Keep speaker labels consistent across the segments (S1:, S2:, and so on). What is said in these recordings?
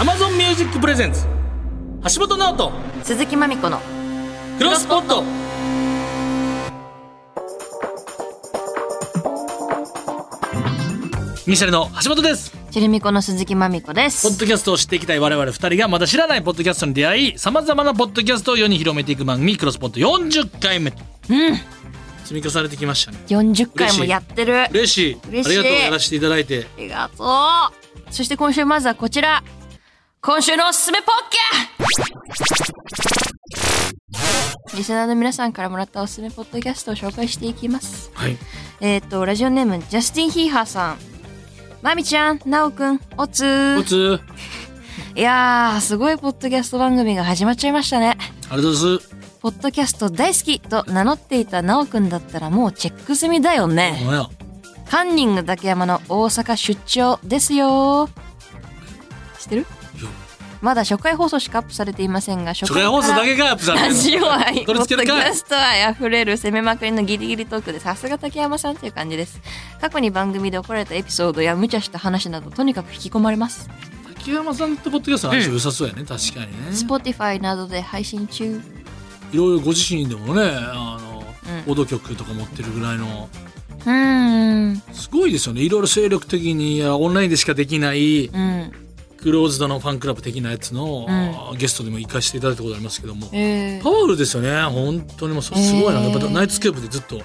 S1: Amazon Music Presents 橋本直人
S2: 鈴木まみこの
S1: クロスポットミシャルの橋本です
S2: チェルミコの鈴木まみこです
S1: ポッドキャストを知っていきたい我々二人がまだ知らないポッドキャストに出会いさまざまなポッドキャストを世に広めていく番組「クロスポット」40回目と
S2: うん
S1: 積み重ねてきましたね
S2: 40回もやってるあ
S1: 嬉しい
S2: 嬉しい
S1: ありがとうやらせていただいて
S2: りがとうそして今週まずはこちら今週のおすすめポッケリスナーの皆さんからもらったおすすめポッドキャストを紹介していきます
S1: はい
S2: えっ、と、ラジオネーム、ジャスティン・ヒーハーさん。まみちゃん、なおくん、おつ
S1: お
S2: ー。
S1: つ
S2: いやー、すごいポッドキャスト番組が始まっちゃいましたね。
S1: ありがとうございます
S2: ポッドキャスト大好きと名乗っていたなおくんだったらもうチェック済みだよ
S1: お
S2: ね。
S1: 前や
S2: カンニング竹山の大阪出張ですよー。知ってる
S1: いや
S2: まだ初回放送しかアップされていませんが、初
S1: 初回放送だけがアップされて
S2: ラ
S1: るの
S2: ジオ愛、ポ
S1: これ
S2: ッド
S1: つ
S2: キ
S1: けるかい
S2: ャスト愛あふれる攻めまくりのギリギリトークでさすが竹山さんという感じです。過去に番組で怒られたエピソードや無茶した話などとにかく引き込まれます。
S1: 竹山さんとポッドキャストの相性良さそうやね、確かにね
S2: Spotify などで配信中。
S1: いろいろご自身でもねあの、
S2: うん
S1: 報道局とか持ってるぐらいの
S2: うーん。
S1: すごいですよねいろいろ精力的にいやオンラインでしかできない
S2: うん。
S1: クローズドのファンクラブ的なやつの、
S2: う
S1: ゲストでも行かせていただいたことありますけども、
S2: えー
S1: パワフルですよね本当にもうそすごいな、
S2: えー
S1: やっぱナイツケープでずっと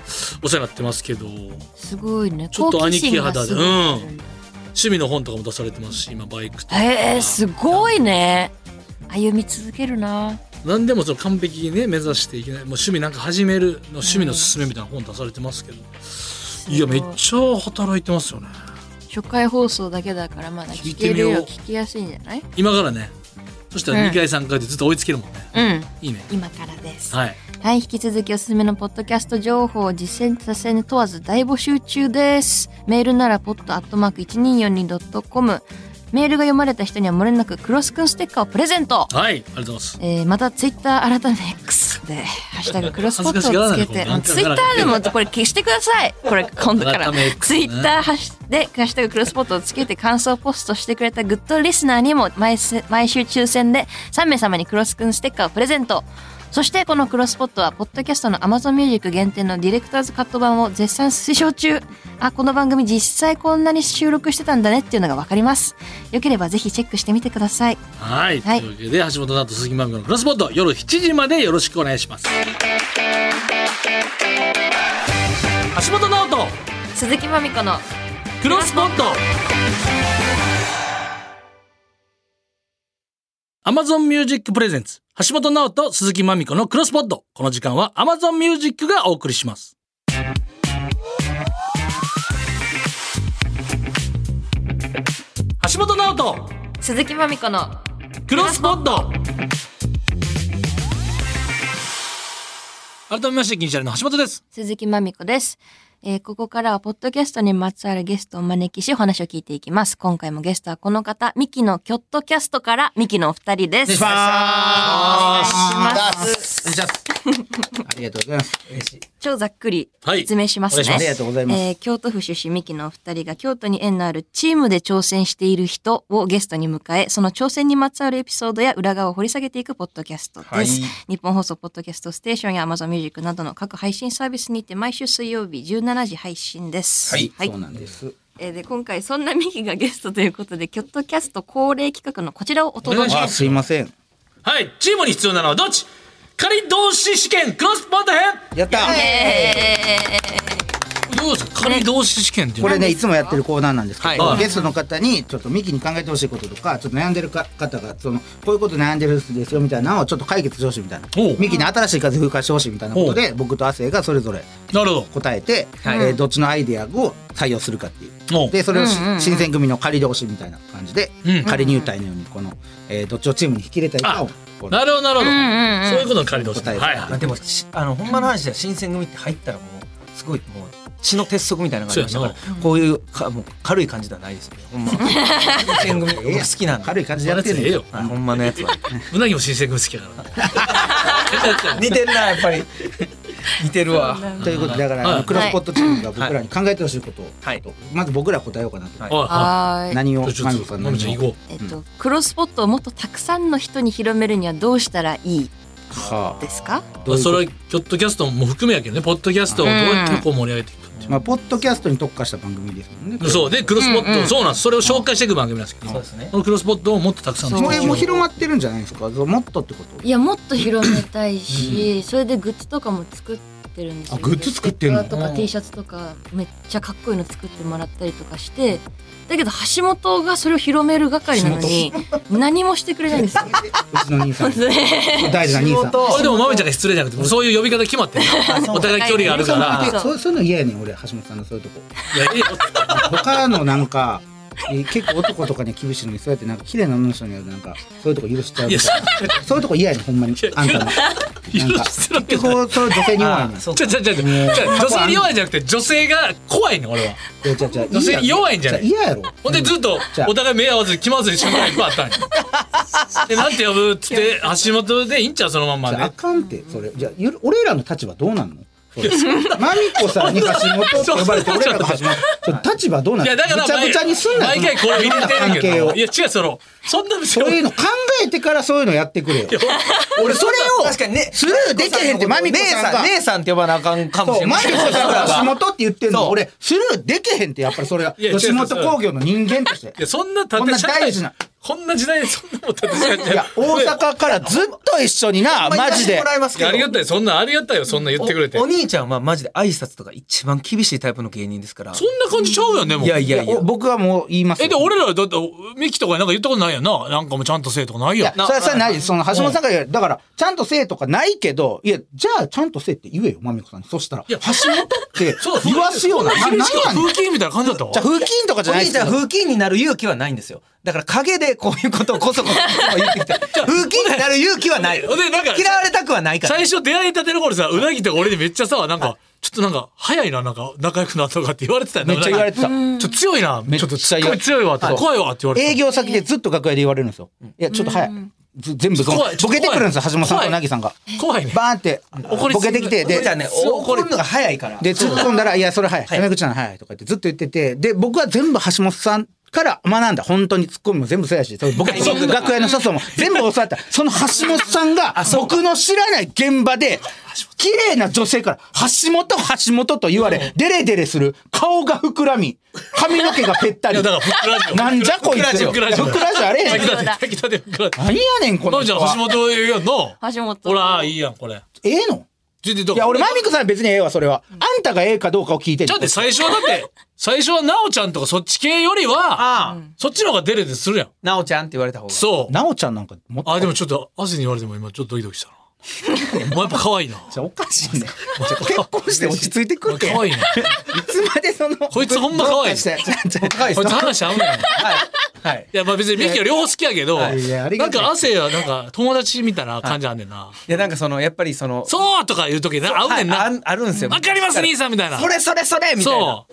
S1: お世話になってますけど趣
S2: すごいね。
S1: ちょっと
S2: 好奇心
S1: 兄貴肌
S2: が
S1: です
S2: ごいあるんだ。
S1: 味の本とかも出されてますし今バイクとか、
S2: えー、すごいね。歩み続けるな。
S1: 何でもその完璧にね目指していけないもう趣味なんか始めるの趣味のすすめみたいな本出されてますけど、いやめっちゃ働いてますよね
S2: 初回放送だけだからまだ
S1: 聞い
S2: 聞
S1: て
S2: け
S1: み
S2: る
S1: よう
S2: よ。聞きやすいんじゃない
S1: 今からねそした
S2: うん
S1: ら2回3回でずっと追いつけるもんね、
S2: うん。
S1: いいね
S2: 今からです。
S1: はい
S2: はい、引き続きおすすめのポッドキャスト情報を実践させに問わず大募集中です。メールならポッドアットマーク 1242.com。メールが読まれた人には漏れなくクロスくんステッカーをプレゼント。
S1: はいありがとうございます
S2: えー、またツイッター改め X で、ハッシュタグクロスポットをつけ
S1: 恥ずかしがら
S2: て、
S1: ないの
S2: ツイッターでもこれ消してください。これ今度から
S1: 改め。X
S2: ツ
S1: ね
S2: イッターハッシュで、ハッシュタグクロスポットをつけて感想をポストしてくれたグッドリスナーにも毎せ毎週抽選で3名様にクロスくんステッカーをプレゼント。そしてこのクロスポットは、ポッドキャストの Amazon Music 限定のディレクターズカット版を絶賛推奨中。あ、この番組実際こんなに収録してたんだねっていうのがわかります。よければぜひチェックしてみてください。
S1: はい、
S2: はい
S1: というわけで橋本直人鈴木まみこのクロスポット夜7時までよろしくお願いします橋本直人
S2: 鈴木まみこの
S1: クロスポット Amazon Music Presents 橋本直人鈴木まみこのクロスポットこの時間は Amazon Music がお送りします橋本直人
S2: 鈴木まみこの
S1: クロスポット改めまして銀シャリの橋本です
S2: 鈴木まみこです、えーここからはポッドキャストにまつわるゲストをお招きしお話を聞いていきます今回もゲストはこの方ミキのキョットキャストからミキのお二人です
S3: お願いし
S2: ます
S3: す。じゃあ、ありがとうございます。嬉しい。
S2: 超ざっくり
S1: はい
S2: 説明しますね、
S1: お願いします
S3: ありがとうございます
S2: えー京都府出身ミキのお二人が京都に縁のあるチームで挑戦している人をゲストに迎えその挑戦にまつわるエピソードや裏側を掘り下げていくポッドキャストです、
S3: はい
S2: 日本放送ポッドキャストステーションや Amazon Music などの各配信サービスにて毎週水曜日17時配信です
S3: はい、そうなんです。
S2: えーで今回そんなミキがゲストということでキョットキャスト恒例企画のこちらをお
S1: お願
S2: 届
S1: い
S2: け
S1: し
S3: あ、すいません。
S1: はいチームに必要なのはどっち仮同士試験クロスポット編
S3: やった
S1: どうですか仮同士試験っていう
S3: こ
S1: のは
S3: れね、いつもやってるコーナーなんですけ
S1: は
S3: ど、
S1: い
S3: ゲストの方に、ちょっとミキに考えてほしいこととか、ちょっと悩んでるか方が、その、こういうこと悩んでるんですよみたいなのをちょっと解決してほしいみたいな
S1: おう。
S3: ミキに新しい風吹かしてほしいみたいなことで、僕と亜生がそれぞれ
S1: なるほ
S3: 答えて、えーどっちのアイデアを採用するかっていう。
S1: ど
S3: でそれをし
S2: うんうんうん
S3: 新選組の仮同士みたいな感じで、
S1: うん
S3: 仮入隊のようにこの、えーどっちをチームに引き入れたいかをこ
S1: お
S3: う
S1: なるほどなるほど、
S2: んうんうん
S1: そういうことの仮同士
S3: 答え
S1: はい
S4: まあ、でもしあのほんまの話では新選組って入ったらもうすごいもう血の鉄則みたいなのがありましたから
S1: そ
S4: こういうかもう軽い感じではないですよねほんま新選組 僕好きなんで、
S3: 軽い感じでやってんねん
S1: ええよ
S4: はい、ほんまのやつは
S1: うなぎも新鮮組好きやからな
S4: 似てんなやっぱり似てるわ。
S3: ということでだから、
S1: はい
S3: クロスポットチームが僕らに考えてほしいことを、
S4: はい
S3: まず僕ら答えようかなと、
S4: はい
S1: は
S2: はーい。
S3: 何を
S1: いはい
S3: マミ
S1: じゃあちょ
S3: コ
S1: っ
S3: さ
S1: と
S3: ん
S1: まみちゃん
S3: 何
S1: 行
S3: を
S1: こ
S2: えっと、クロスポットをもっとたくさんの人に広めるにはどうしたらいい
S3: は
S2: ですか
S3: あ
S1: う
S3: どういう
S1: そ
S3: こ
S1: れ
S3: と
S1: はキョットキャストも含めやけどねポッドキャストをどうやってこう盛り上げていくかっていう
S3: まあ、ポッドキャストに特化した番組ですもんね。
S1: そうでクロスポット、
S2: うんうん
S1: そうなんですそれを紹介していく番組なんですけど
S4: そうですね
S1: このクロスポットをもっとたくさんの
S3: も
S1: 人
S3: う
S1: に
S3: えもう広まってるんじゃないですか。そうもっとってこと。
S2: いやもっと広めたいし、それでグッズとかも作ってるんですよ
S3: あグッズ作ってんの
S2: ステッカーとか T シャツとかめっちゃかっこいいの作ってもらったりとかしてだけど橋本がそれを広める係なのに何もしてくれないん ですよ
S3: うちの兄さん、
S2: ね
S3: 大事な兄さん。
S1: これでもまめちゃんが失礼じゃなくてもうそういう呼び方決まってんのお互い距離があるか
S2: は
S1: ら
S2: い
S3: えそうそういうの嫌やねん俺橋本さんのそういうとこ。
S1: いやいいよ
S3: 他のなんか。え結構男とかには厳しいのにそうやってなんか綺麗な女の人にやるとなんかそういうとこ許しちゃう
S1: い
S3: み
S1: や
S3: たいなそういうとこ嫌やねんほんまにあんたのなんか
S1: 許してるわけ
S3: 結
S1: ない
S3: 構そう女性に
S1: ちょちょちょ
S3: 弱いねん
S4: あそうか
S1: ちょ女性に弱いんじゃなくて女性が怖いねん俺は。
S3: いやじゃあじゃあ
S1: 女性弱いんじゃない
S3: 嫌やろ
S1: ほんでずっと
S3: じゃあ
S1: お互い目合わず気まずい瞬間がいっぱいあったんや。でなんて呼ぶっつって橋本でいいんちゃうそのまんま
S3: じゃああ
S1: で。
S3: かんってそれじゃあゆる俺らの立場どうなんのそれマミコさんに橋本って呼ばれて
S1: そう
S3: 俺らが橋本それ立場どうなん
S1: い
S3: の
S1: や
S3: ぐ
S1: だから
S3: ちゃぐちゃにすんな
S1: 毎回これ見れ
S3: そんな
S1: てる
S3: 関係
S1: け
S3: を
S1: ど。いや違うそのそんな 別
S3: そういう
S1: に
S3: の考えてからそういうのやってくれよ俺それを
S4: 確かにね
S3: スルーできへんってマミコ
S4: 姉
S3: さん
S4: さ
S3: が
S4: ん姉さんって呼ばなあかんかも
S3: そ
S4: し
S3: う
S4: れ
S3: マミ
S4: ない
S3: コさんが橋本って言ってん
S4: そ
S3: の
S4: う
S3: 俺スルーできへんってやっぱりそれはい
S1: や違う
S3: 吉本興業の人間として
S1: いやそんな縦
S3: こんな
S1: 社会
S3: 大事な
S1: こんな時代にそんなもん縦社会じゃ
S3: いや大阪からずっと一緒になマジで
S4: もらいます
S1: いやありがたいそんなありがたいよそんな言ってくれて
S4: お
S1: そ
S4: お
S1: んな
S4: 兄ちゃんはマジで挨拶とか一番厳しいタイプの芸人ですから
S1: 感じちゃうよねもう
S4: いやいやいや
S3: お僕はもう言いますよ
S1: えで俺らだってミキとかになんか言ったことないやんななんかもうちゃんとせえとかない
S3: い
S1: や
S3: や
S1: ん、
S3: それはさ、ない、その、橋本さんが言う、だから、ちゃんとせえとかないけど、いや、じゃあ、ちゃんとせえって言えよ、まみこさんに。そしたら、
S1: いや
S3: 橋 本って言わすような、な
S1: 風
S3: なん
S1: 景
S3: やねん。
S1: 風景みたいな感じだったわ
S3: じゃあ、風紀委員とかじ
S4: お
S3: ゃない
S4: 兄
S3: です
S4: ちゃん
S3: よ。
S4: 風紀委員になる勇気はないんですよだから陰でこういうことをこそこそ言ってきた風紀委員になる勇気は ない
S1: ほんでなんか
S4: 嫌われたくはないか ら
S1: 最初出会いたての頃さうなぎとか俺にめっちゃさなんかちょっとなんか早いななんか仲良くなったとかって言われてたよ
S3: めっちゃ言われ
S1: て
S3: てた。
S1: ちょっと強いな
S3: めっ
S1: ち
S3: ちゃ
S1: ょっと
S3: 言わ
S1: 強
S3: れ
S1: い強いわとか怖いわって言われて
S3: 営業先でずっと楽屋で言われるんですよ。いや、ちょっと早い。ず全部その
S1: 怖い
S3: ボケてくるんですよ、橋本さんとなぎさんが。
S1: 怖いね
S3: バーンって、
S1: 怒りす
S3: ボ
S1: ぎ
S3: ケ
S1: る
S3: てきて、
S4: で
S3: で
S4: じゃ、あね怒るのが早いから
S3: で、突っ込んだら、いや、それ早い。
S4: い
S3: タメ口なの早いとか言ってずっと言ってて、で、僕は全部橋本さんから学んだ。本当に突っ込みも全部そうやし、それ僕
S4: はいそうか
S3: 楽屋の所作も全部教わった。その橋本さんが、僕の知らない現場で、綺麗な女性から、橋本、橋本と言われ、デレデレする、顔が膨らみ、髪の毛がぺっ
S1: い
S3: たり
S1: や。だからふっくらじよ
S3: なんじゃこいつ。
S1: ふっくらじよ
S3: ふっくらじょあれへん
S1: 炊きたて炊きたてふっくらじよ
S3: 何やねん、こ
S1: の
S3: の
S1: んちゃ
S3: 人
S1: ん
S3: は
S1: 橋本言うよの
S2: 橋本
S1: ほらいいやんこれ
S3: ええの
S1: 全然どう
S3: いや、俺、マミコさんは別にええわ、それは。あんたがええかどうかを聞いてん
S1: だ
S3: の
S1: って最初はだって最初は奈緒ちゃんとかそっち系よりは
S4: ああ
S1: そっちの方がデレデレするやん
S4: なおちゃんって言われた方が
S1: そう
S3: なおちゃんなんかもっと
S1: あ、でもちょっと、汗に言われても今ちょっとドキドキしたな。お前やっぱ可愛いな。
S3: じゃあおかしいね。結婚して落ち着いてくるって。い
S1: 可愛いな。
S3: つまでその。
S1: こいつほんま可愛い
S3: どうかしてちょちょ
S4: 高い
S1: こ
S4: で
S1: いつ
S4: すか
S1: 話合うねん。 い
S4: はいはい
S1: や、まあ別にミキは両方好きやけど、ない
S3: やありが
S1: ん
S3: たい
S1: か汗はなんか友達みたいな感じあんねんな。
S4: いやなんかそのやっぱりその
S1: そうとか言う時な、合うねんな。
S4: はい
S1: わ
S4: あんあるんですよ
S1: かります兄さんみたいな
S4: そ。れそれそれみたいな
S1: そ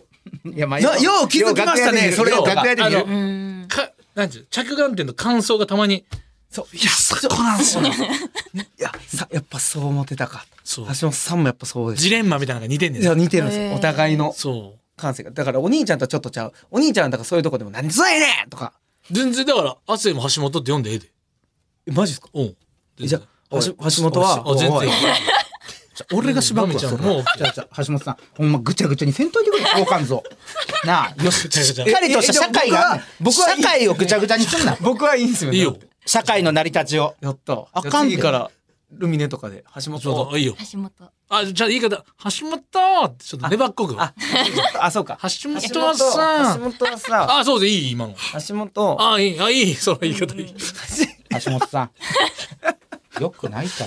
S1: う。
S3: いや、まあ
S4: よよう気づきましたねそれ
S3: よ
S4: を
S3: う楽屋で見る
S1: あのか、なんちゅう、着眼点と感想がたまに、そう、いや、そこなんすよ。
S4: いやさやっぱそう思ってたか
S1: そ
S4: 橋
S1: う。
S4: 本さんもやっぱそうです
S1: ジレンマみたいなのが似てんねん
S4: いや似てるんです
S2: へ
S4: よ
S2: ー
S4: お互いの
S1: そ
S4: 感性がだからお兄ちゃんとはちょっとちゃうお兄ちゃんはだからそういうとこでも「何でそうやねん!」とか
S1: う。全然だから、汗も橋本って読んでええで。
S4: 「えマジですか
S1: うん。
S4: えじゃあ
S1: 全
S4: 橋
S1: 然
S4: 橋本は
S1: あ、全
S4: おい
S1: 然。
S3: 俺がしばくわ。
S1: マミちゃん
S3: それ
S1: もう
S3: じゃあじゃあ橋本さん、ほんまぐちゃぐちゃにせんといてくれ、好感像。なあ、よし、
S1: ぐちゃぐち
S3: し
S1: ゃ
S3: っかりとした社会があんねん、
S4: 僕は僕はい
S3: 社会をぐちゃぐちゃにすんな。
S4: 僕はいいんですよね
S1: いいよ。
S3: 社会の成り立ちを。
S4: やった
S3: あかんて
S4: じゃ次からルミネとかで橋
S1: ちょっ
S4: 本
S1: と、いいよ。
S2: 橋本
S1: あ、じゃあ言い方、橋本ってちょっと粘っこく。
S4: ああそうか
S1: 橋
S4: 橋
S1: 本
S4: 本
S1: さ
S4: さ
S1: ん。
S4: 橋本さ
S1: あ、そうでいい、今の。
S4: 橋本
S1: あ、いい、あ、いい、その言い方いい。い
S3: 橋本さん。よくないか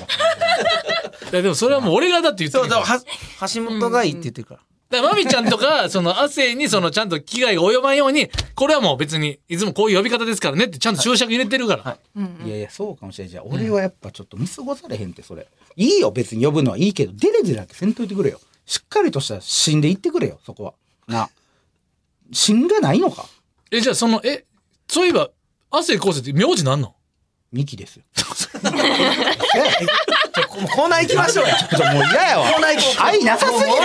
S3: ら。
S1: や、でもそれはもう俺がだって言って
S4: そう
S1: るか
S4: そう
S1: ら。だか
S4: は橋本がいいって言ってるか
S1: ら、
S4: ら
S1: まみちゃんとか、その、汗に、その、ちゃんと危害が及ばんように、これはもう別に、いつもこういう呼び方ですからねって、ちゃんと注釈入れてるから。
S4: はい
S3: いやいや、そうかもしれんじゃん。俺はやっぱちょっと見過ごされへんって、それ。いいよ、別に呼ぶのはいいけど、デレデレだけせんといてくれよ。しっかりとした芯で言ってくれよ、そこは。な。芯がないのか
S1: え、じゃあその、え、そういえば、汗こうせって名字なんの
S3: ミキですよ。
S4: コーナー行きま しょうよ。
S3: ちょもう嫌やわ。愛なさすぎるやろ。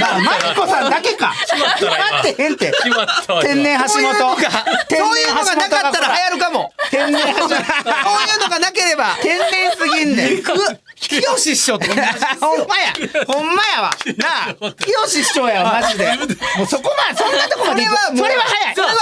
S3: なあマリコさんだ けか。決まってへんって。
S1: 決まったわ
S3: 天然橋本。天
S4: そういう
S3: 然
S4: のがなかったら流行るかも。
S3: 天然橋本。
S4: そういうのがなければ。
S3: 天然すぎん ねん。
S4: きよし師匠と同じですよ
S3: ほんまや。ほんまやわ。なあ、清志師匠や わ、マジで。もうそこまで、そんなとこまで行く。それは早い。それは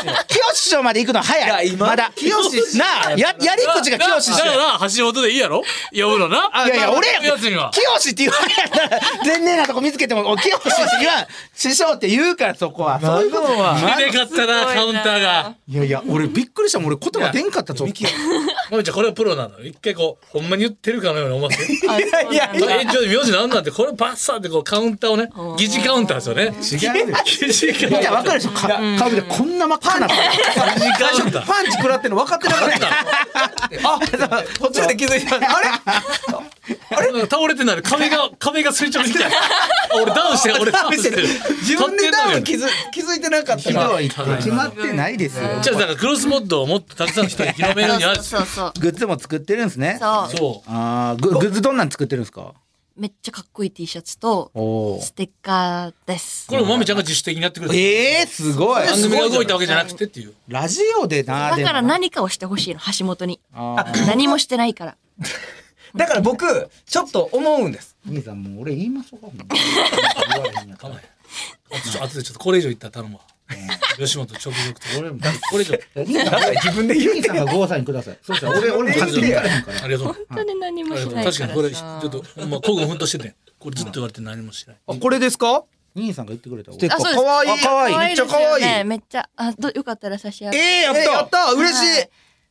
S3: 早い。清志師匠まで行くの早
S4: い
S3: い。
S4: や今
S3: まだ。
S4: 清志師匠
S3: なあ、や、やり口が清志師
S1: だか
S3: 匠。
S1: ら橋本でいいやろ呼ぶのない
S3: やいや、俺や
S1: やつには
S3: 清志って言われたら、 全然なとこ見つけても、お清志って言わん。師匠って言うから、そこは。そういうこと
S1: 出
S3: は。
S1: てかったなカウンターが
S3: いやいや、俺びっくりしたもん。俺言葉出んかった、ちょっと。
S1: まみちゃんこれはプロなの一回こうほんまに言ってるかのように思わせて
S2: あそうなんだ
S3: いやいや
S1: えちょっと名字なんなんてこれバッサーってこうカウンターをね疑似カウンターですよね
S3: 違うよ。
S1: 疑似カウンター
S3: いや、わかるでしょ。か顔見て、こんな真っ赤な。
S1: 疑似カウンター
S4: パンチ食らってんの分かってなかった。あ、途中で気づいた。あれ
S1: あれ倒れてない壁が壁が垂直に来た俺ダウンしてる俺ダウンして る
S4: 自分でダウン気
S1: 立ってんのよ
S4: づ気づいてなかっ
S3: ひ
S4: たから。
S3: どいって決まってないですよ。
S1: じゃあなんかクロスモッドをもっとたくさんの人に広めるには
S2: そうそうそう
S3: グッズも作ってるんですね。あ
S2: そう
S1: そう
S3: あー、ググッズどんなん作ってるんですか
S2: めっちゃかっこいい T シャツと
S3: おー
S2: ステッカーです
S1: これもまみちゃんが自主的にやってくれた
S3: ええすごい。
S1: 番組が動いたわけじゃなくてっていう
S3: ラジオでな、
S2: だ
S3: でも
S2: から何かをしてほしいの橋本に
S3: あー
S2: 何もしてないから
S4: だから僕ちょっと思うんです。
S3: 兄さん、もう俺言いましょうか。ほんま言われへんやった
S1: 構えんあとちょっと後でちょっとこれ以上言ったら頼むわ吉本直属と
S3: 俺も
S1: これ以上
S3: 兄さん
S4: 自分で言
S3: 兄さんがゴーサインください。そうしたら俺、俺も勝手に行かれへんから。
S1: ありがとう
S2: 本当に何もしないから
S1: 確
S2: さ
S1: かにこれちょっとほんま古軍奮闘しててこれずっと言われて何もしない
S4: これですか？
S3: 兄さんが言ってくれた
S4: ステッカ
S2: あ
S4: ー
S2: そうです
S4: 可愛
S3: 可愛い
S4: い。めっちゃ可
S2: ですよ
S4: 愛
S2: ね
S4: い。
S2: めっちゃあどよかったら差し上げ
S4: ええやったやった嬉しい。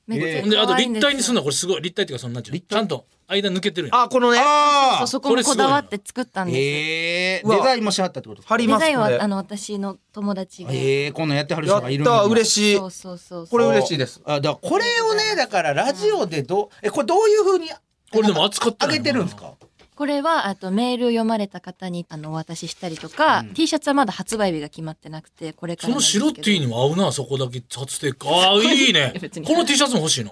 S2: めっ
S1: ほん
S2: ち
S1: で
S2: ゃ
S1: あと
S2: 可愛いん
S1: 立
S2: ですよ
S1: 体にするのはこれすごい立体っていうかそのなんちゅうのちゃんと間抜けてるやん
S4: あこのね。
S3: あ
S2: そう
S3: ー
S2: そこもこだわって作ったんです
S3: ええ
S4: うわ
S3: デザインもしはったってことです
S4: 貼
S3: か
S4: り
S2: デ
S4: ます
S2: ザイン
S4: これ
S2: はあの私の友達が
S3: ええこんなんやってはる
S4: や
S3: 人
S4: っ
S3: がいるん
S4: た嬉
S3: しい。
S4: しい
S2: そ。うそうそうそう
S4: これ嬉しいです。
S3: あ、だからこれをね、だからラジオでどう、え、これどういう風に
S1: これでも扱って
S3: 上
S1: ない
S3: げてるんですか
S2: これはあとメールを読まれた方にあのお渡ししたりとか、T シャツはまだ発売日が決まってなくてこれか
S1: そ
S2: らなん
S1: の
S2: ですけど
S1: 白 T にも合うなそこだけ初テイクああいいね
S2: 別に
S1: この T シャツも欲しいな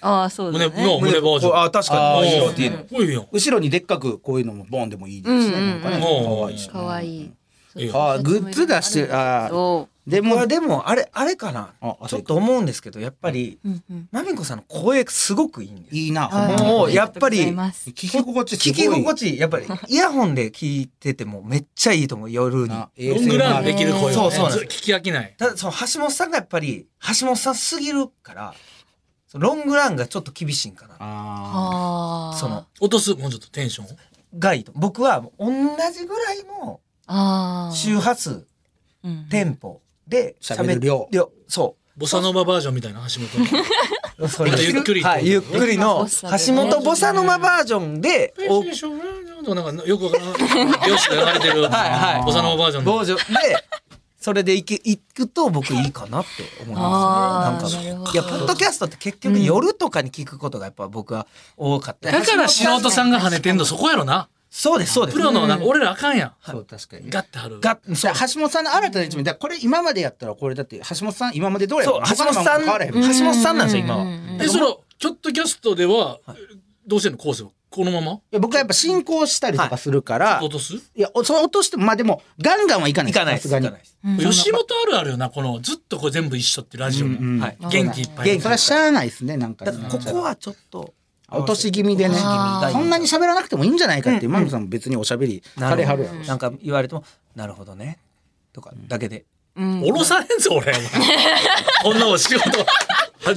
S2: ああそうだ
S1: 胸
S2: ね
S1: の胸バージョン
S4: あ確か
S3: あ
S4: に
S3: ー
S4: 白 T の。
S1: これいいやん
S3: 後ろにでっかくこういうのもボンでもいいです
S2: うんうんう
S3: ね。
S2: ん
S3: なんかね可愛いし
S2: かわいい
S1: いいよ
S3: ああ、グッズ出してる、ああ、
S2: そ
S3: で
S4: こ
S3: も
S4: れ、でもあれあれかな
S3: あ。あ
S4: ちょっと思うんですけどやっぱり
S2: う、うんうん、
S4: マミンコさんの声すごくいいんです。
S3: いいな、
S2: あ
S3: ほん
S2: ー
S3: ま
S4: もうやっぱり
S2: あがとうございます
S3: 聞き心地すごい。
S4: 聞き心地いいやっぱりイヤホンで聞いててもめっちゃいいと思う夜に。
S3: な
S1: ロングランできる声
S4: そ
S1: を
S4: うそ
S1: ね
S4: うなん
S1: ず
S4: です
S1: 聞き飽きない
S4: ただその橋本さんがやっぱり橋本さんすぎるからそのロングランがちょっと厳しいんかな
S3: あ
S2: ああ
S4: その
S1: 落とすもうちょっとテンション
S4: ガイド僕はもう同じぐらいの
S2: ああ
S4: 周波数
S2: うん
S4: テンポで
S3: 喋る量
S4: そ
S1: ボサノババージョンみたいな橋本
S4: うそ
S1: またゆっくり
S4: はい、ゆっくりの
S2: ボサで
S4: 橋
S2: ね
S4: 本ボサノマバージョンでおはい
S1: のなんかよくわからないよしが流れてる
S4: はい
S1: ボサノババージョン
S4: ボ
S1: の
S4: ージョンでそれでいけいくと僕いいかなって思い
S2: あ
S4: ま
S2: ー
S4: すね。なん
S2: なるほど
S4: かいやポッドキャストって結局夜とかに聞くことがやっぱ僕は多かった。
S1: だから素人さんが跳ねてんのそこやろな
S4: そうですそうです。
S1: プロのなんか俺らあかんやん
S3: あ。そう、確かに。
S1: ガッて貼る
S4: がそ
S3: じゃ
S4: う
S3: あ橋本さんの新たな一面、だからこれ今までやったらこれだって橋本さん今までどうや
S4: そう橋本さん
S3: 変わらへんもん
S4: 橋本さんなんですよ今は
S2: うんうんうん
S1: えそのちょっとキャストではどうしてんのコースはこのまま
S3: いや僕はやっぱ進行したりとかするから、
S1: 落とす
S3: い、やそう落としてもまあでもガンガンはいかない
S4: 行かないで
S3: さ
S4: す
S3: すがに
S4: 行かないです
S2: うん
S1: 吉本あるあるよなこのずっとこれ全部一緒ってラジオ
S3: うんうん
S1: も
S4: はい
S1: 元気いっぱい
S4: 元気
S3: それはしゃあないですねなんか
S4: だからここはちょっと
S3: 落とし気味でね
S2: あー
S3: そんなに喋らなくてもいいんじゃないかっていう、マミさんも別におしゃべりされはるやろ
S4: なんか言われてもなるほどねとかだけで、
S2: うん
S1: おろされんぞ俺 こんなもん仕事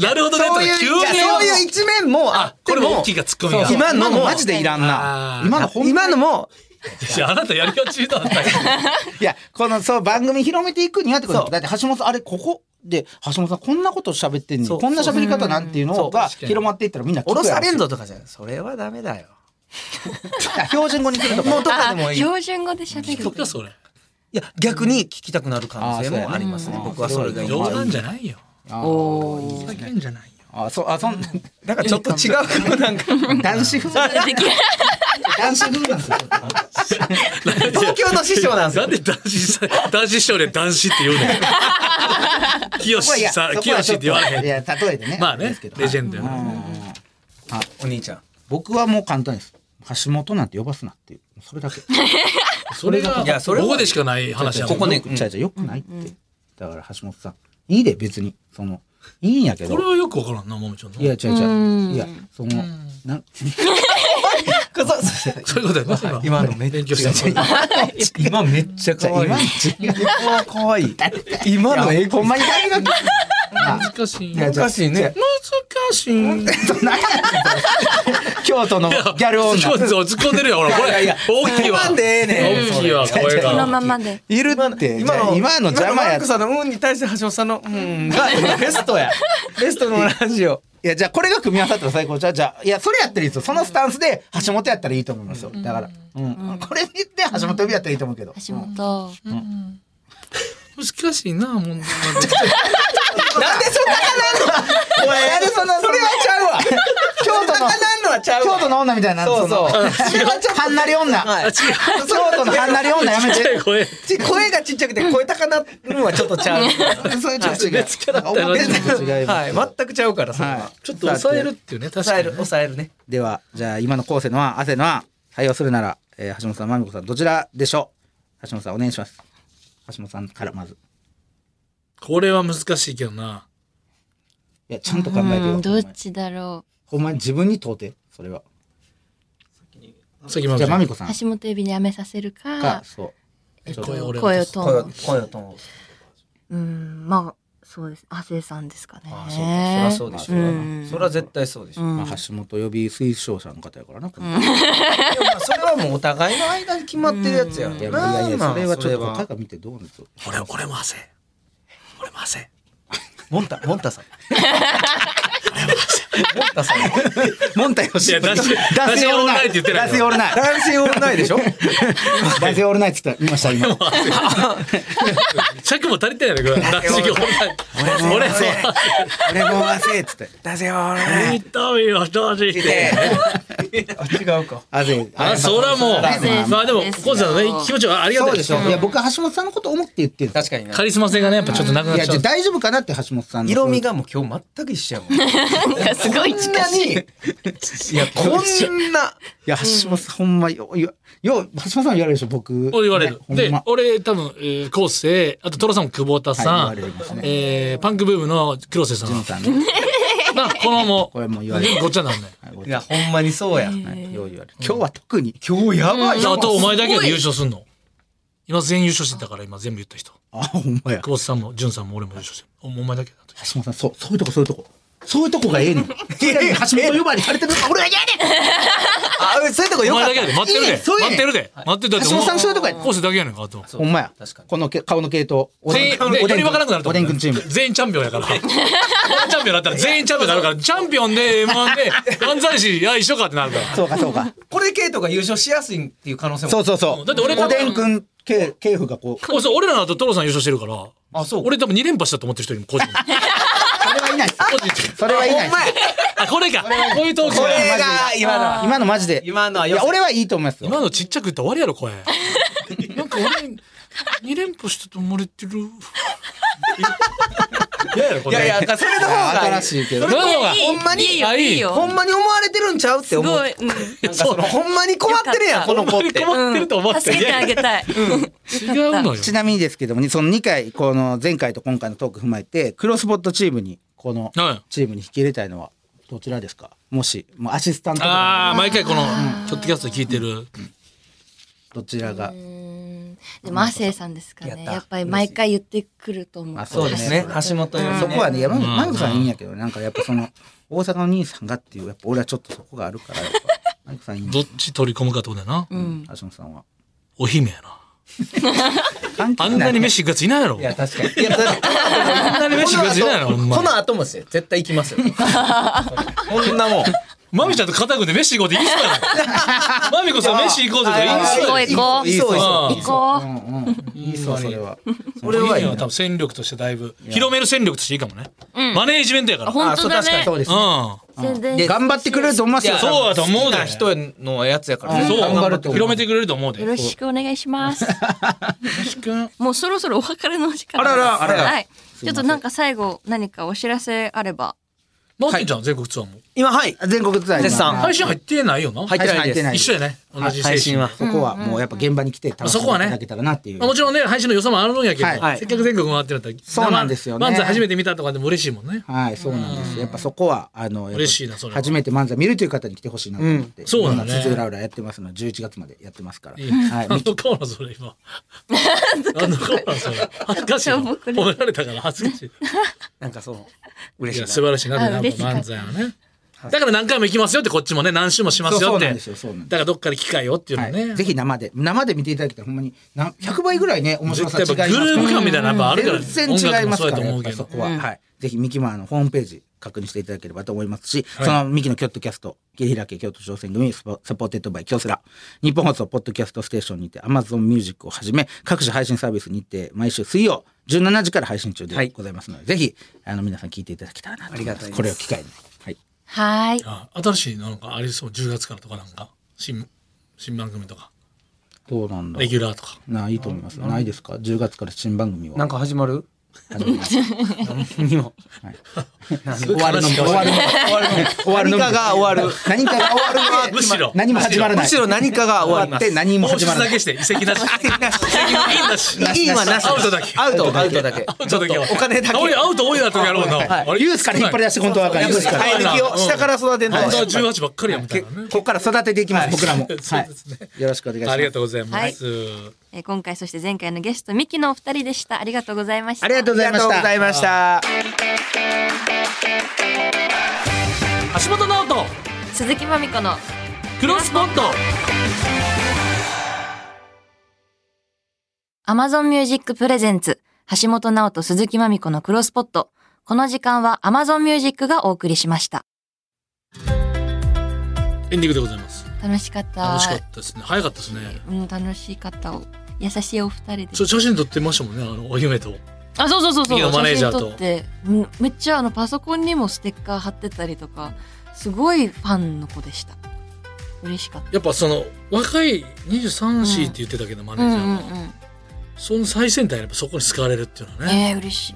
S1: なるほどねとか急に
S4: じゃあそういう一面もあ
S1: あ
S4: って
S1: これ
S4: も
S1: も大きいがツッコミや
S4: そう今のも
S3: マジでいらん
S1: あ
S3: な
S1: ー
S3: 今のほんまに
S4: 今のも
S1: いやあなたやりがちだったよ
S3: いやこのそう番組広めていくにはってこと
S4: そう
S3: だって橋本さんあれここで橋本さんこんなこと喋ってんね
S4: そ
S3: ん
S4: う
S3: こんな喋り方なんていうのが
S1: そう
S3: 広まっていったらみんな聞く
S4: お
S3: や
S4: ろされん
S3: ぞ
S4: ぞとかじゃないそれはダメだよ
S3: 標準語にするとか
S4: もうとか
S2: あ
S4: でもいいい
S2: 標準語で喋
S1: そっか
S2: る
S1: それ
S4: や逆に聞きたくなる可能
S3: あーそ
S4: 性
S3: う
S4: も
S3: や
S4: ありますね
S3: うん
S4: 僕はそれがいい
S1: 冗談じゃないよ
S3: あ
S2: お
S3: ー
S2: ー
S3: いい
S1: ふざけんじゃないよ
S3: あそうあそん
S4: なんかちょっと違うなんか
S3: 男子風
S2: できる
S3: 男子風なんですよ。
S4: 東京の師匠なんですよ
S1: なんで男子さ、男子師匠で男子って言うねん。清
S3: そこはいや
S1: さ
S3: そ、こ
S1: 清
S3: はち
S1: っ
S3: ょ
S1: て言われ
S3: っとい
S1: へん。
S3: や、例えてね。
S1: まあ
S3: れで
S1: ね
S3: すけ、ど
S1: レジェンドや
S3: う
S1: な。
S3: ん
S4: お兄ちゃん
S3: 僕はもう簡単です。橋本なんて呼ばすなっていう。それだけ。
S1: それが、
S4: いやそれは
S1: ここでしかない話やもん
S4: ここね
S3: ちゃちゃよくないって。だから橋本さん。いいで、別に。その、いいんやけ
S1: これ
S3: ど。
S1: はよくわからんな、もみちゃんの。
S3: いや、違う違
S2: う
S3: う。
S2: ん
S3: いや、その、なん、
S1: そういうことやな。
S4: 今のめっ
S1: 勉強してた。
S4: 今めっちゃ可愛い
S3: 今の、
S4: 今可愛い今の英
S3: ほ
S4: 語
S3: んまに大学
S1: 難しい。
S3: や
S1: 難
S4: 難しいね
S1: し い。
S3: 京都のギャル女。
S1: 突っ込んでるよ、ほら、これ。大きいわ。
S4: 突っ込んでええねん
S1: 大きいわ、
S4: それ
S1: 声
S2: このま
S1: が。
S2: まで。
S3: いるって、今の、今の邪魔
S4: マ
S3: や
S4: ー
S3: っ
S4: クさんの運に対して橋本さんのうんがベストやベストのラジオ
S3: いや、じゃあこれが組み合わさったら最高じゃあ、じゃあ、いや、それやったらいいですよ。そのスタンスで橋本やったらいいと思いますよ。だから、うん。これで橋本呼びやったらいいと思うけど。
S2: 橋本。
S1: 難しいな、もん。
S4: なんでそんな
S3: おいやるその、それはちゃうわ。京都の、
S4: なんのはちゃう
S3: 京都の女みたいな。
S4: そうそう
S3: のそれはちょっと、はんなり女。
S4: はい
S1: あ、違う。
S3: 京都のはんなり女やめ
S1: ちっちゃい
S3: て。
S1: 声。
S4: ち声がちっちゃくて声高なのはちょっと ちゃう
S3: それちょっと違う。
S1: 別キャラだったよね
S3: 表と違います。
S4: はい全くちゃうからそれは
S3: は
S1: ちょっと抑えるっていうね、確
S4: 抑
S1: か
S4: え
S1: に
S4: る
S1: ね。
S4: 抑えるね
S3: い。では、じゃあ今の後世の案、汗の案、採用するなら、えー橋本さん、まみこさん、どちらでしょう橋本さん、お願いします。橋本さんからまず。
S1: これは難しいけどな。
S3: いや、ちゃんと考えて
S2: う
S3: よ
S2: ん、。どっちだろ
S3: ほんまに自分に問うて、それは。
S1: さっきま
S3: じゃあ、まみ
S1: み
S3: こさん
S2: う。橋本指にやめさせる
S3: か
S2: か、、
S3: そう。
S1: ちょっと
S2: え
S1: 声
S2: っと
S1: を
S2: 声を
S1: 落とす
S2: と
S4: 声を
S2: ん。
S4: 声をとん
S2: うん、まあ、そうです。亜生さんですかね。
S4: ああそうかそりゃそうでしょう
S2: う
S4: なんそりゃ絶対そうでしょう
S2: うん
S3: まあ、橋本呼び推奨者の方やからな。この
S4: でもまあそれはもうお互いの間に決まってるやつやん
S3: いやい
S4: な
S3: やいや、
S4: まあ
S3: それはちょっと
S4: それは
S3: 他が見てどうなんですよ。
S1: 俺、俺も汗。俺も汗。
S4: モンタモンタさんモンタさん
S3: モンタヨ
S1: い
S3: シ
S1: や、出し、出しオールナイトって言ってない
S3: 出せオールナイト。
S4: 男性用ないでしょ
S3: 出せオールナイトって言った、見ました、今。
S1: 尺も足りてないね、これ。出しオールナイト。俺、そう。
S3: 俺も忘れっつって。
S4: 男性用な
S1: 見たいよ、正直って。
S4: 違うか
S3: あぜ。
S1: あ、そらもう。
S3: まあまあ
S1: まあでも、こうじゃね、気持ちはありが
S3: そ
S1: た
S3: う
S1: い
S3: でしょ。いや、僕は橋本さんのこと思って言ってるんです。
S4: 確かにな
S1: カリスマ性がね、やっぱちょっとなく
S3: い
S1: なっ
S3: や、
S1: ち
S3: じ
S1: ゃ
S3: ゃあ
S1: う。
S3: 大丈夫かなって橋本さんの。
S4: 色味がもう今日全く一緒やもんい
S2: なんかすごい近
S4: なに
S2: しい。
S4: やこんない
S3: や、橋本さん、ほんま、よ、よ、よ橋本さんは言われるでしょ、僕。
S1: 俺言われる
S3: ね。ほん
S1: で
S3: ま、
S1: 俺多分、えー、昴生、あとトラさんも久保田さ
S3: はい
S1: ん
S3: 言われます、ね
S1: えーパンクブームの黒瀬さ ん
S3: ジ。ムさんね。
S1: まあ、このも
S3: これ
S1: う、
S3: もう言われる。
S1: ごっちゃなんね。
S3: はいご
S4: い
S3: ち
S4: や
S3: ゃ
S4: ほんまにそうや
S3: はいよう言われる。今日は特に。
S4: 今日やばい
S1: じゃあ、あとお前だけ
S2: すご
S1: で
S2: い
S1: 優勝すんの。今全員優勝してたから、今全部言った人。
S3: あ、ほんまや。
S1: 久保田さんも、淳さんも俺も優勝してる。おお前だけだと。
S3: 橋本さん、そう、そういうとこ、そういうとこ。そういうとこ がええねん。それなのに橋本呼ばわりされてるのが俺は嫌やねん
S4: あそういうとこ
S1: お
S4: よかっ
S1: 前だ
S4: た
S1: けやで、待ってる
S3: いい
S1: で
S3: ねそう。や
S1: 待
S3: ね
S1: ってるで。待ってるだって、
S3: 橋本さんそういうとこやねん
S1: 昴生だけやねんか、あと。
S4: そう
S3: ほんまや
S4: 確か。に
S3: このけ顔の系統。お
S1: 全
S3: で
S1: 員、
S3: んくん
S1: で、
S3: お
S1: よ
S3: でん
S1: り
S3: くん
S1: 分からなくなると
S3: お
S1: 思
S3: で
S1: うん
S3: くんチーム。
S1: 全員チャンピオンや から。全員チャンピオンだったら全員チャンピオンになるから、チャンピオンで M1 で、 漫才師、いや、一緒かってなるから。
S3: そうか、そうか。
S4: これ系統が優勝しやすいっていう可能性も
S3: そうそうそう。
S1: だって俺多分
S3: おでんくん系、系譜がこう。
S1: おそう俺らの後、トロさん優勝してるから、
S4: あそう
S1: 俺多分2連覇したと思ってる人いるもん、個人。
S3: それはいないっす。
S1: 個人
S3: それはいないっす。
S1: あ、これか。こういうトーク
S4: こ
S1: か
S4: れが今のは
S3: 今のマジで。
S4: 今のはいよ
S3: や、俺はいいと思いますよ。
S1: 今のちっちゃく言ったら終わりやろ、声。なんか俺、2連覇したと思われてる。いややろ、こ
S4: い
S1: れ。
S4: やいやそれの方が
S3: 新しいけど
S1: そ。れの方が。
S2: ほんまにいいよ、いいよ。
S4: ほんまに思われてるんちゃうって
S2: す
S4: 思う
S2: ご。
S4: ない
S2: うん。
S4: んかそのほんまに困ってるやんこ
S1: こ
S4: の
S1: の
S4: 子
S1: 子
S4: っ
S1: ってて 困ってると思って。
S2: 助けてあげたい。
S1: いや違うのよ。
S3: ちなみにですけども、その2回、この前回と今回のトーク踏まえて、クロスボットチームに、この
S1: はい
S3: チームに引き入れたいのは、どちらですかもし、もうアシスタントとか
S1: ああ、毎回この、ちょっとキャスト聞いてる。
S3: どちらが。
S2: うんでも亜生さんですか
S4: やっ
S2: ね。
S4: た
S2: やっぱり毎回言ってくると思う。
S3: あ
S4: そうですね橋本よりね
S3: そこはね、山
S1: うん
S3: マミコさんいいんやけど、なんかやっぱその、大阪の兄さんがっていう、やっぱ俺はちょっとそこがあるから、やっぱ、マミコさんいいん
S1: ど
S3: や
S1: っち取り込むかってことやな。
S3: 橋本さんは。
S1: お姫やな。
S3: 関
S1: あ
S3: 係
S1: ん
S3: な
S1: ないに飯食うやついないやろ。
S4: いや確かにいやだってこ
S1: 飯食うやついないのほんまに
S4: この後もですよ絶対行きますよこんなもん
S1: マミちゃんと肩組んで飯行こうって言いそうや なマミコさん飯行こうぜとか言い
S2: す
S1: そう
S2: ご
S1: や
S2: いこう
S4: いいそういいそ
S2: 行
S4: う
S2: こう
S3: うんうん。いいそう、それは。
S4: 俺はいい
S1: は
S4: な
S1: 多分戦力としてだいぶ広める戦力としていいかもね、
S2: うん
S1: マネージメントやからうん
S2: 本当だ
S4: あそう確か
S2: ね
S4: に
S3: そうですね。
S2: 全然
S4: で
S3: 頑張ってくれると思いますよ。
S1: そうだと思うで
S4: 好きな人のやつやから
S3: うん
S1: そう
S3: 頑張ると思う
S1: 広めてくれると思うで
S2: よろしくお願いします
S1: 君
S2: もうそろそろお別れの時間
S3: あららあらら
S2: はいちょっとなんか最後何かお知らせあれば
S1: なってんじゃん全国ツアーも
S4: 今はい
S3: 全国ツアー今
S4: 絶賛
S1: 配信入ってないよな
S4: 入ってな
S3: 配
S4: い
S3: 信入って
S4: で
S3: ない
S4: す
S1: 一緒やね同じ精
S4: 配
S1: 神
S4: 信は
S3: そこはもうやっぱ現場に来て楽しんでいただけたらなっていう。
S1: まあ、もちろんね配信の良さもあるんやけど、
S3: はい
S1: せっかく全国回ってるんだったら
S3: そうなんですよね
S1: 漫才初めて見たとかでも嬉しいもんね
S3: はい、そうなんです。やっぱそこは、あの、やっぱ
S1: 嬉しいなそれは
S3: 初めて漫才見るという方に来てほしいなと思って。
S1: んそうだね
S3: いろんな津々浦々やってますので、11月までやってますから。
S1: いい
S3: はい。
S1: 何の顔なの それ今。何の顔なのそれ。恥ずかしいな。
S2: なんか僕ね
S1: 褒められたから恥ずかしい。
S4: なんかそう
S1: い
S4: 嬉
S1: や
S4: しい
S1: 素晴らしいな
S2: あ
S1: やっぱ
S2: 嬉しかった
S1: 漫才はね。だから何回も行きますよってこっちもね何週もします
S3: そ
S1: よっ
S3: うそう
S1: て。
S3: な
S1: だ
S3: んですよそうなんです
S1: からどっかで機会をっていうの
S3: は
S1: はね。
S3: い、ぜひ生で生で見ていただけたらほんまにな100倍ぐらいね面白さ違い
S1: 絶
S3: ます
S1: 対やっぱグルーヴ感みたいなのやっぱあるからね
S3: 全然違いますから
S1: 音楽もそうやと思う
S3: やっ
S1: け
S3: ぱ
S1: ど
S3: そこは、はい、ぜひミキマーのホームページ確認していただければと思いますし、
S1: はい
S3: そのミキのキョットキャスト切り開け京都挑戦組サポサポーテッドバイ京セラ日本放送ポッドキャストステーションにて Amazon ミュージックをはじめ各種配信サービスにて毎週水曜17時から配信中でございますので、ぜひあの皆さん聞いていただけたらなと思います
S4: ありがたいです
S3: これを機会に、はい、
S2: はーい
S1: あ新しいのなんかありそう10月からとかなんか新新番組とか
S3: どうなんだろ
S1: レ
S3: う
S1: ギュラーとか。
S3: ないいと思いますないですか10月から新番組は
S4: なんか始まる
S3: 始まります
S4: 何も
S3: 終わ るのみ終わるのみ終わるの
S4: 何
S3: み
S4: かが終わる
S3: 何かが終わるのみ
S1: むしろ
S3: 何も始まらない
S4: むしろ何かが終わ
S3: 終わ
S4: りま
S3: って
S4: す
S3: 何も
S1: 放
S3: 始
S1: 出
S3: まらな
S1: だ
S3: い
S1: けして移籍なし。移籍なし。なし。
S4: いいはなし
S1: アウトだけ
S4: アウトアウトだけ
S1: アウトだけ。お
S4: 金だけ
S1: 俺アウト多いなとかやろうな。あれ
S3: ユースから引っ張り出して本当はあかん
S4: や
S3: ユ
S4: っ
S3: ー
S4: ぱ
S3: ス
S4: り
S1: はい
S3: から
S4: 生え抜きを下から育てんと
S1: 本当は18ばっかりやみたいなね。
S3: ここから育てていきます僕らも
S1: そ
S3: は
S1: う
S3: い
S1: ですね。
S3: よろしくお願いします
S1: ありがとうございます。
S2: えー今回そして前回のゲストミキのお二人でしたありがとうございました
S3: ありがとうございまし
S4: ありがとうござ
S3: た
S4: いました
S1: 橋本直人
S2: 鈴木まみこの
S1: クロスポット
S2: Amazon Music Presents 橋本直人鈴木まみこのクロスポットこの時間は Amazon Music がお送りしました
S1: エンディングでございます。
S2: 楽しかった
S1: 楽しかったですね。早かったですね。
S2: うん、楽しかったお優しいお二人で
S1: ちょ写真撮ってましたもんね。あのお夢と。
S2: あそうそうそうそう
S1: 次のマネージャーと
S2: 写真撮ってうんめっちゃあのパソコンにもステッカー貼ってたりとかすごいファンの子でした嬉しかった
S1: やっぱその若い23歳
S2: うん
S1: って言ってたけど、マ
S2: う
S1: ネ
S2: ん
S1: ー
S2: う
S1: ジャー
S2: んう
S1: は、
S2: ん
S1: その最先端やっぱそこに好かれるっていうのはね。
S2: えー、嬉し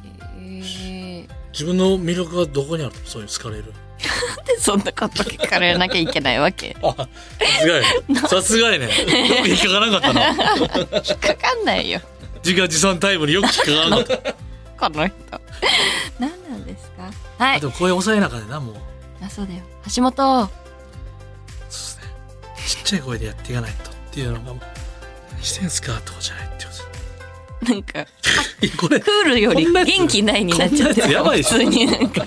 S2: い
S1: 自分の魅力がどこにあるとそういう好かれる。
S2: なんでそんなこと聞かれなきゃいけないわけ
S1: あ、さすがやね。さすがやね。よく引っかからなかったな。
S2: 引っかかんないよ
S1: 自画自賛タイムによく引っかから なかった。
S2: この人何なんですかは
S1: あ
S2: い
S1: でも声抑えなあかんねんな、もう。
S2: あそうだよ橋
S1: そ
S2: 本
S1: うですね。ちっちゃい声でやっていかないとっていうのがもう、何してんすかとかじゃないってこと
S2: なんか
S1: です。 これ
S2: ク、ールより
S1: こんなやつ
S2: 元気ないになっちゃって
S1: こんなやつやばいで
S2: 普
S1: しょ
S2: 通になんか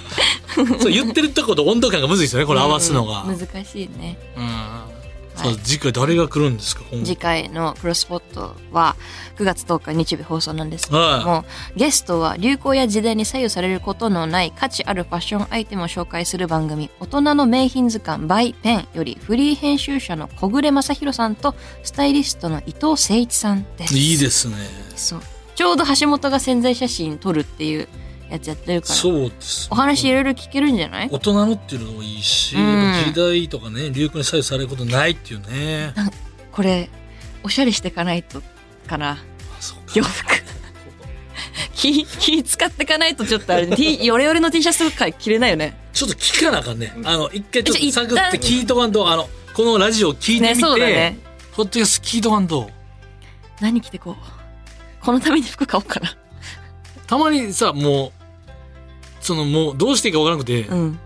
S1: そう言ってるとこと温度感がむずいですよね、これ合わすのが。
S2: うん難しいね
S1: うん。
S2: はい
S1: そう、次回誰が来るんですか、今後
S2: 次回のクロスポットは9月10日日曜日放送なんですけれども、ゲストは流行や時代に左右されることのない価値あるファッションアイテムを紹介する番組「大人の名品図鑑 by ペン」よりフリー編集者の小暮正弘さんとスタイリストの伊藤誠一さんです
S1: いいですね。
S2: そうちょうど橋本が宣材写真撮るっていうやつやってるから
S1: そうです。
S2: お話いろいろ聞けるんじゃない
S1: 大人のっていうのもいいし、
S2: うん
S1: 時代とかね、流行に左右されることないっていうね。
S2: これおしゃれしてかないとかな
S1: あそうか
S2: 洋服気気使ってかないとちょっとあれ、ね、T- ヨレヨレの T シャツとか着れないよね
S1: ちょっと聞かなあかんね。あの、一回ちょっと
S2: 一
S1: 探
S2: 旦
S1: って聞いとかんと、あの、このラジオ聞いて
S2: ね
S1: み
S2: そうだ
S1: て
S2: ね、
S1: ホットキャスト聞いとかんと。
S2: 何着てこうこのために服買おうかな
S1: たまにさ、もう、そのもうどうしていいかわからなくて、
S2: うん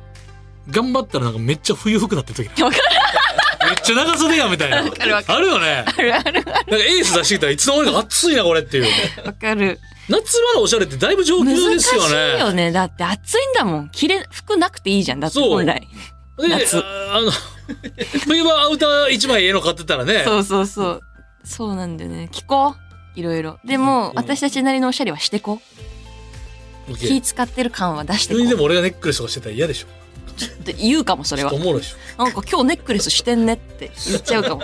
S1: 頑張ったらなんかめっちゃ冬服なってる 時めっちゃ長袖やみたいな。
S2: るわか
S1: あるよね。
S2: あるある
S1: なんかエース出してきたらいつの間にか暑いなこれっていう。
S2: わかる
S1: 夏場のおしゃれってだいぶ上級
S2: 難
S1: で
S2: し
S1: すよ
S2: い
S1: ね。
S2: よねだって暑いんだもん着れ服なくていいじゃんだって
S1: そう
S2: 本来
S1: で
S2: 夏
S1: あ の、冬場アウター一枚ええの買ってたらね。
S2: そうそうそうそうなんだよね着こういろいろでも私たちなりのおしゃれはしてこう
S1: OK
S2: 気使ってる感は出して
S1: 急にで
S2: こ
S1: も俺がネックレスとかしてたら嫌でしょ。
S2: ちょっと言うかもそれは
S1: おもろいでしょ
S2: なんか今日ネックレスしてんねって言っちゃ うかも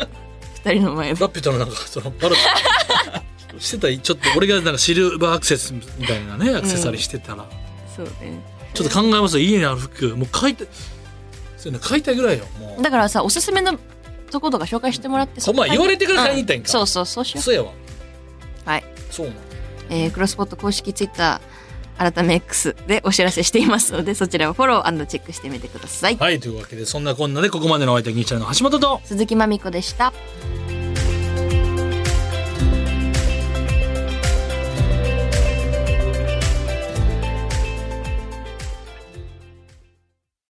S2: 二人の前で
S1: ラピュタのなんかそのバラ してたらちょっと俺がなんかシルバーアクセスみたいなねアクセサリーしてたら、
S2: そうね
S1: ちょっと考えますよ家にある服もう買いたいそういうの買いたいぐらいよもう
S2: だからさおすすめのとことか紹介してもらって
S1: ほんまや言われてから買いに行ったん
S2: う
S1: か、
S2: そうそうそうしよう、
S1: そうやわ
S2: はい
S1: そうなん
S2: えー、クロスポット公式ツイッター改め X でお知らせしていますのでそちらをフォローチェックしてみてください、
S1: はいというわけでそんなこんなでここまでのお相手は銀シャリの橋本と
S2: 鈴木まみこでした